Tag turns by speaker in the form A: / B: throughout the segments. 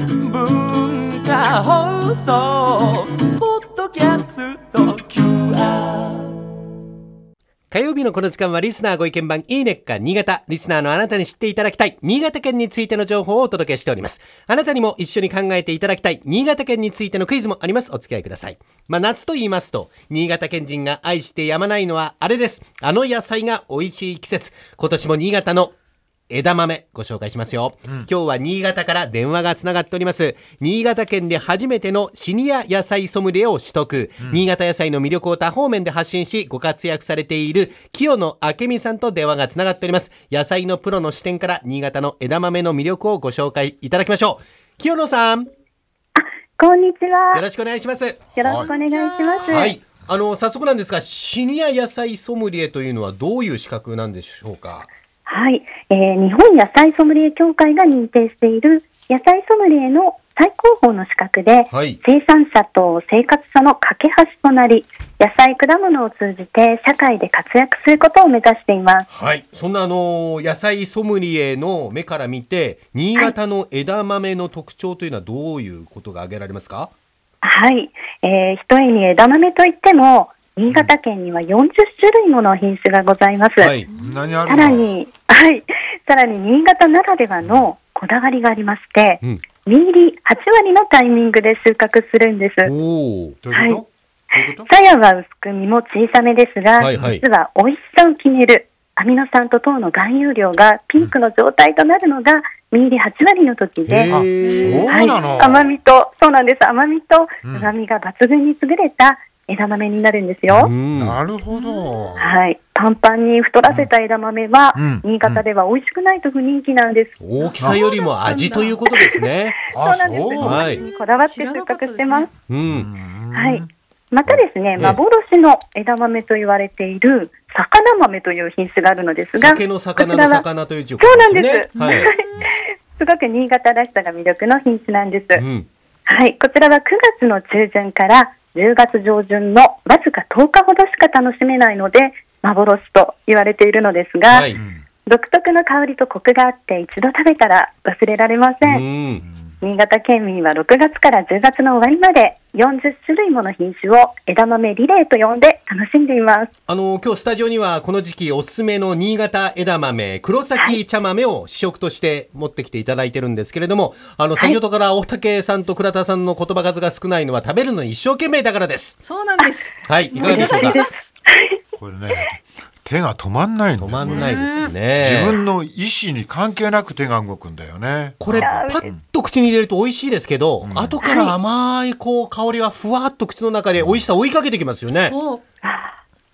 A: 文化放送ポッドキャスト QR
B: 火曜日のこの時間はリスナーご意見番いいねっか新潟。リスナーのあなたに知っていただきたい新潟県についての情報をお届けしております。あなたにも一緒に考えていただきたい新潟県についてのクイズもあります。お付き合いください。まあ夏と言いますと、新潟県人が愛してやまないのはあれです。あの野菜が美味しい季節。今年も新潟の枝豆ご紹介しますよ、今日は新潟から電話がつながっております新潟県で初めてのシニア野菜ソムリエを取得、新潟野菜の魅力を多方面で発信しご活躍されている清野明美さんと電話がつながっております野菜のプロの視点から新潟の枝豆の魅力をご紹介いただきましょう清野さんよ
C: こんにちは。
B: ろしくお願いします
C: よろしくお願いします。
B: はいあの早速なんですがシニア野菜ソムリエというのはどういう資格なんでしょうか
C: はい、えー日本野菜ソムリエ協会が認定している野菜ソムリエの最高峰の資格で、
B: はい
C: 生産者と生活者の架け橋となり、野菜果物を通じて社会で活躍することを目指しています。
B: はい、そんなあの野菜ソムリエの目から見て新潟の枝豆の特徴というのはどういうことが挙げられますか、
C: はい、えー、一重に枝豆といっても、新潟県には40種類もの品種がございます。
B: はい、
D: 何あ
C: さ
D: る
C: ら
D: の
C: に、はい、さらに新潟ならではのこだわりがありまして、
B: うん
C: 実入り8割のタイミングで収穫するんです。
B: おお
D: どういうこと、どういうこと
C: さやは薄く身も小さめですが、
B: はいはい
C: 実は美味しさを決めるアミノ酸と糖の含有量がピンクの状態となるのが実入り8割の時で、
D: あ
B: へ
D: そ
B: え
D: う
C: はい、
D: なの
C: 甘みとそうなんです甘みと
D: うん
C: 旨みが抜群に優れた枝豆になるんですよ。
D: なるほど。
C: はい、パンパンに太らせた枝豆は、
D: うん
C: 新潟では美味しくないと不人気なんです。
B: 大きさよりも味ということですね。
C: そう
D: あ、
C: なんです。
D: そう。
B: はい
C: にこだわって収穫してます。
B: う、
D: うんん
C: はい。またですね、
B: え
C: 幻の枝豆と言われている魚豆という品種があるのですが、
B: 酒の魚の
C: こちらは
B: 魚という字を
C: そうな
B: 書
C: ん
B: きます
C: です。
B: ね。は
C: はいい、 すごく新潟らしさが魅力の品種なんです。
B: うん、
C: はい、こちらは9月の中旬から10月上旬のわずか10日ほどしか楽しめないので、幻と言われているのですが、
B: はい、
C: 独特の香りとコクがあって一度食べたら忘れられません。
B: うん、
C: 新潟県民は6月から10月の終わりまで40種類もの品種を枝豆リレーと呼んで楽しんでいます。
B: あの今日スタジオにはこの時期おすすめの新潟枝豆黒崎茶豆を試食として持ってきていただいてるんですけれどもあの先ほどから大竹さんと倉田さんの言葉数が少ないのは食べるのに一生懸命だからです
E: そうなんです。
B: はいいかがでしょうか
E: いただきます
D: これね、手が止まんないの。
B: 止まんないです
D: 自
B: ね
D: 分の意思に関係なく手が動くんだよね。
B: これパッと口に入れると美味しいですけど、後から甘いこう香りがふわっと口の中で美味しさを追いかけてきますよね
E: お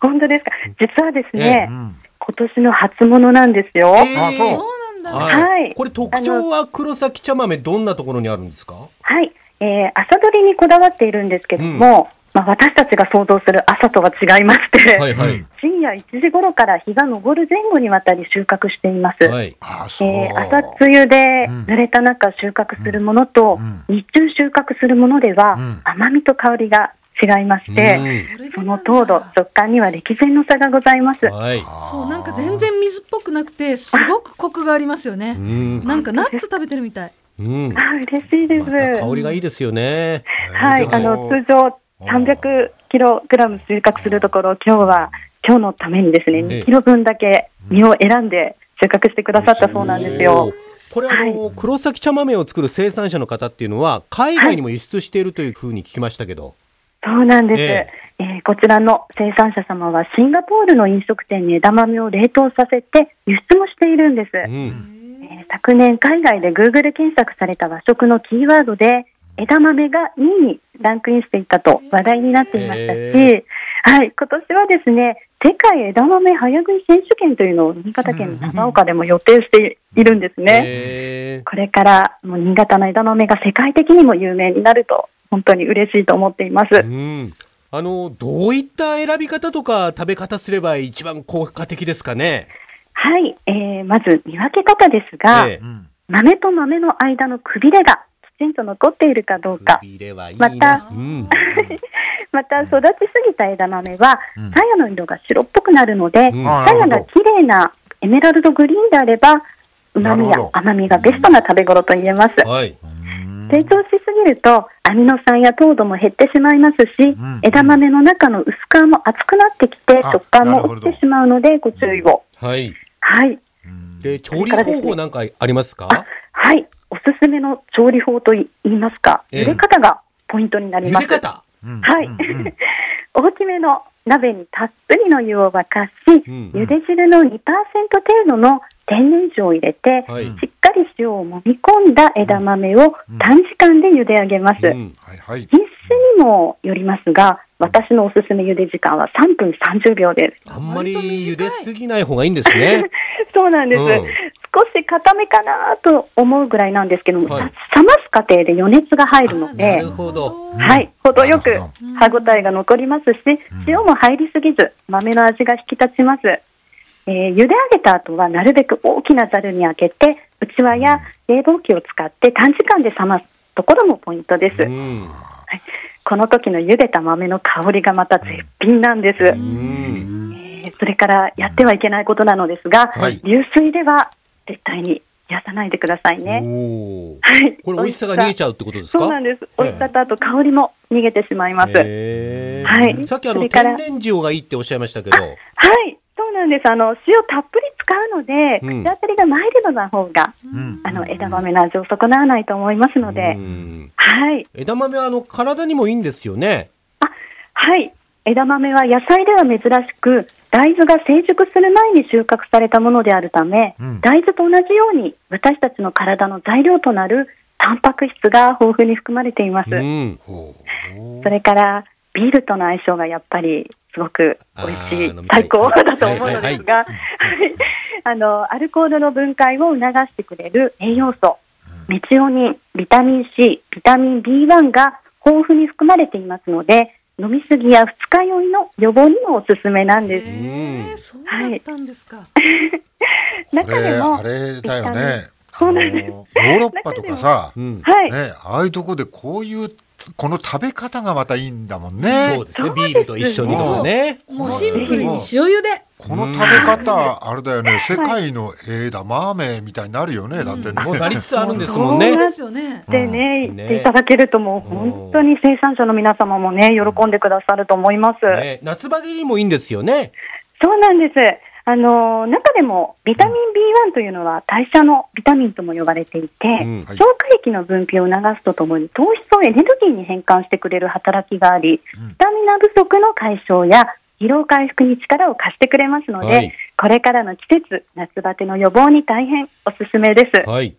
C: 本当ですか実はですね、
D: ええうん
C: 今年の初物なんですよ。
B: え
D: あそう
E: そうなんだ。
B: はい、
C: はい
B: これ特徴は黒崎茶豆どんなところにあるんですか
C: はい、えー朝取りにこだわっているんですけども、まあ、私たちが想像する朝とは違いまして、
B: はいはい、
C: 深夜1時頃から日が昇る前後にわたり収穫しています。
B: はい
D: あ、そう。
C: えー朝露で濡れた中収穫するものと、日中収穫するものでは、
D: うん
C: 甘みと香りが違いまして、
B: うん
E: それで
C: そ
E: な
C: の
E: んだ
C: 糖度、食感には歴然の差がございます。
B: はい
E: そうなんか全然水っぽくなくてすごくコクがありますよね
B: う。ん
E: なんかナッツ食べてるみたい。
B: うん
C: あ嬉しいです。
B: 香りがいいですよね。
C: はい、あの通常300キログラム収穫するところ、今日は今日のためにです
B: え
C: ね、
B: え
C: 2キロ分だけ実を選んで収穫してくださったそうなんですよ。
B: これあの、黒崎茶豆を作る生産者の方っていうのは海外にも輸出しているというふうに聞きましたけど、
C: そうなんです。
B: え
C: えーこちらの生産者様はシンガポールの飲食店に枝豆を冷凍させて輸出もしているんです。
B: うん、
C: えー昨年海外で Google 検索された和食のキーワードで枝豆が2位にランクインしていたと話題になっていましたし、
B: へ
C: はい、今年はですね世界枝豆早食い選手権というのを新潟県の長岡でも予定しているんですね。
B: え
C: これからもう新潟の枝豆が世界的にも有名になると本当に嬉しいと思っています。
B: ーうん、あのどういった選び方とか食べ方すれば一番効果的ですかね。
C: はい、えーまず見分け方ですが、
B: ええ
D: うん。
C: 豆と豆の間のくびれがきちんと残っているかどうか
B: く、びれはいいな
C: また
B: うん、
C: また育ちすぎた枝豆は
D: うん
C: 鞘の色が白っぽくなるので
B: うん
D: あ
C: 鞘
D: な
C: が
D: るほ
C: 綺麗なエメラルドグリーンであれば旨味
D: な
C: や
D: るほど
C: 甘みがベストな食べ頃と言えます。
B: はい。
C: 成長しすぎるとアミノ酸や糖度も減ってしまいますし、
D: ん
C: 枝豆の中の薄皮も厚くなってきて
D: あ
C: 食感
D: な
C: も
D: るほど
C: 落ちてしまうのでご注意を。
B: はい。
C: はい、
B: で、調理方法なんかありますか
C: はい、おすすめの調理法とい言いますか、
B: ええ
C: 茹で方がポイントになり
B: 茹
C: ます。
B: で方
D: う ん
C: はい、大きめの鍋にたっぷりの湯を沸かし、
B: ん
C: 茹で汁の2%程度の天然酒を入れて、
B: はい
C: しっかり塩を揉み込んだ枝豆を短時間で茹で上げます。
B: うん。
D: はいはい。
C: 品種にもよりますが、私のおすすめ茹で時間は3分30秒です。
B: あんまり茹ですぎない方がいいんですね。
C: そうなんです。
B: うん
C: 少し固めかなと思うぐらいなんですけども、
B: はい
C: さ冷ます過程で余熱が入るの
B: な
C: で
B: る、ほど。
C: はい、程よく
D: なるほ
C: 歯ごたえが残りますし、塩も入りすぎず、豆の味が引き立ちます。えー茹で上げた後はなるべく大きなざるに開けて、うちわや冷房機を使って短時間で冷ますところもポイントです。
B: うん。
C: この時の茹でた豆の香りがまた絶品なんです。
B: うん。
C: えーそれからやってはいけないことなのですが、
D: はい
C: 流水では絶対に冷やさないでくださいね。
B: おお。
C: はい。
B: これ美味しさが逃げち
C: ゃ
B: ゃうってことですか
C: そうなんです。
B: ええ
C: 美味しさとあと香りも逃げてしまいます。はい。
B: へー
C: はい
B: さっきあ
C: そ
B: の
C: れか
B: 天
C: ら
B: 然塩がいいっておっしゃいましたけど、
C: そうなんです。あの塩たっぷり使うので、
B: うん
C: 口当たりがマイルドな方が、
D: うん
C: あの枝豆の味を損なわないと思いますので、
B: うん
C: はい。
B: 枝豆はあの体にもいいんですよね。
C: はい。枝豆は野菜では珍しく、大豆が成熟する前に収穫されたものであるため、
D: うん
C: 大豆と同じように私たちの体の材料となるタンパク質が豊富に含まれています。
B: うん。
D: ほ
C: それからビールとの相性がやっぱりすごく美味し
B: あー飲
C: い
B: み、たい
C: 最高だと思うのですが、はいあのアルコールの分解を促してくれる栄養素、メチオニン、ビタミン C、ビタミン B1 が豊富に含まれていますので、飲みすぎや二日酔いの予防にもおすすめなんです。
E: えー、そうだったんですか。
D: う。こ
C: 中
D: れ
C: でも
D: あれだよね。
C: そうなん
D: あのヨーロッパとかさ、
B: う
D: ね、
B: ん。
C: はい、
D: ああいうとこでこういうこの食べ方がまたいいんだもんね
B: そう。ですね。ビールと一緒にとかね。
E: もうシンプルに塩茹で。
D: この食べ方あれだよね。世界の枝豆みたいになるよね。だってね。
B: もうなりつつあるんですも
E: そ
B: ん
E: う
B: ね。
E: ですよね。
C: でね、
B: うん
C: 言っていただけるともう本当に生産者の皆様もね、喜んでくださると思います。
B: ね夏場にもいいんですよね。
C: そうなんです。あのー中でもビタミン B1 というのは代謝のビタミンとも呼ばれていて、
B: うん
D: はい
C: 消化液の分泌を促すとともに糖質をエネルギーに変換してくれる働きがあり、
D: うん
C: スタミナ不足の解消や疲労回復に力を貸してくれますので、
B: はい
C: これからの季節夏バテの予防に大変おすすめです。
B: はい。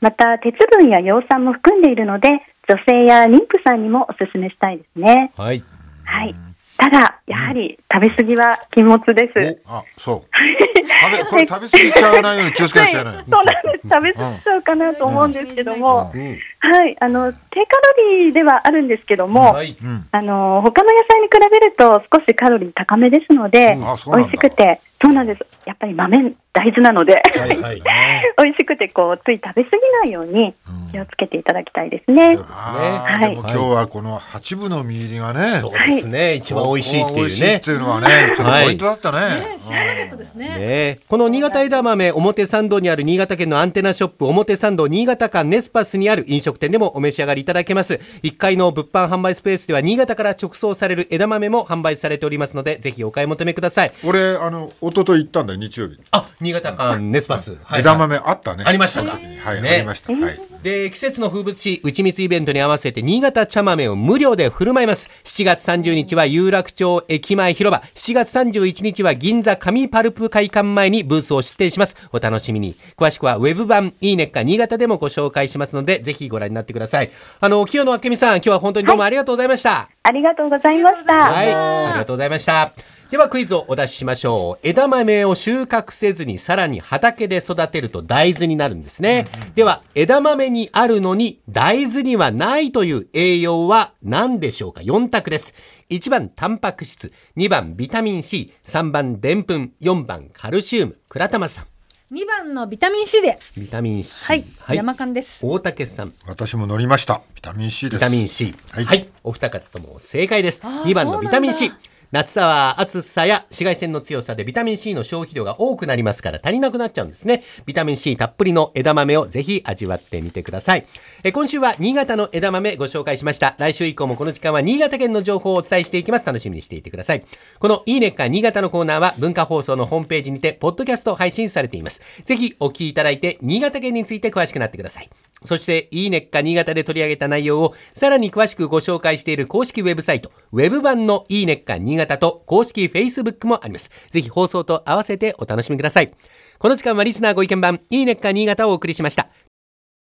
C: また鉄分や葉酸も含んでいるので女性や妊婦さんにもおすすめしたいですね。
B: はい。
C: はい。ただやはり食べ過ぎは禁物です。
B: お
D: あ、 そう。食べこれ食べ過ぎちゃわないように気をつけなきゃいけない。
C: はい、そうなんです。食べ過ぎちゃうかなと思うんですけども
D: う、
B: うん。
C: はい、あの低カロリーではあるんですけども、
B: はい。
D: うん。
C: あの他の野菜に比べると少しカロリー高めですので、
D: うんあそうなん
C: 美
D: だ
C: 味しくて、そうなんです。やっぱり豆大豆なので、
B: はい。はい。
C: 美味しくてこうつい食べ過ぎないように気をつけていただきたいですね。は
D: あー
C: い
D: でも今日はこの八分の実入りがね、
B: そうですね。一番美味しいって
D: 美
B: い
D: 味
B: う
D: しいっ
B: ね
D: て。いうのはね、ちょっとポイントだった
E: ね
D: ね。
E: 知らなかったですね。
B: ねえこの新潟枝豆表参道にある新潟県のアンテナショップ表参道新潟館ネスパスにある飲食店でもお召し上がりいただけます1階の物販販売スペースでは新潟から直送される枝豆も販売されておりますのでぜひお買い求めください
D: 俺あの一昨日行ったんだよ日曜日。
B: あ新潟館ネスパス、はい
D: 枝豆あったね。
B: ありましたか
D: はい、
B: ね
D: ありました。はい。
B: で季節の風物詩打ちみつイベントに合わせて新潟茶豆を無料で振る舞います7月30日は有楽町駅前広場7月31日は銀座紙パルプ会館前にブースを出店しますお楽しみに詳しくはウェブ版いいねっか新潟でもご紹介しますのでぜひご覧になってくださいあの清野明美さん今日は本当にどうもありがとうございました
C: ありがとうございました。
B: はい、ありがとうございました。ではクイズをお出ししましょう。枝豆を収穫せずにさらに畑で育てると大豆になるんですね。では、枝豆にあるのに大豆にはないという栄養は何でしょうか ?4 択です。1番、タンパク質。2番、ビタミン C。3番、でんぷん。4番、カルシウム。倉玉さん。
E: 二番のビタミン C で。
B: ビタミン C。
E: はい、山間です。
B: 大竹さん。
D: 私も乗りました。ビタミン C です。
B: ビタミン C。は、
D: はいい
B: お二方とも正解です。
E: あー
B: 2番のビタミン C
E: そうなん。
B: 夏さは暑さや紫外線の強さでビタミン C の消費量が多くなりますから足りなくなっちゃうんですね。ビタミン C たっぷりの枝豆をぜひ味わってみてください。えー今週は新潟の枝豆ご紹介しました。来週以降もこの時間は新潟県の情報をお伝えしていきます。楽しみにしていてください。このいいねっか新潟のコーナーは文化放送のホームページにてポッドキャスト配信されています。ぜひお聞きいただいて新潟県について詳しくなってください。そして、いいねっか新潟で取り上げた内容をさらに詳しくご紹介している公式ウェブサイト、ウェブ版のいいねっか新潟と公式 Facebook もあります。ぜひ放送と合わせてお楽しみください。この時間はリスナーご意見番、いいねっか新潟をお送りしました。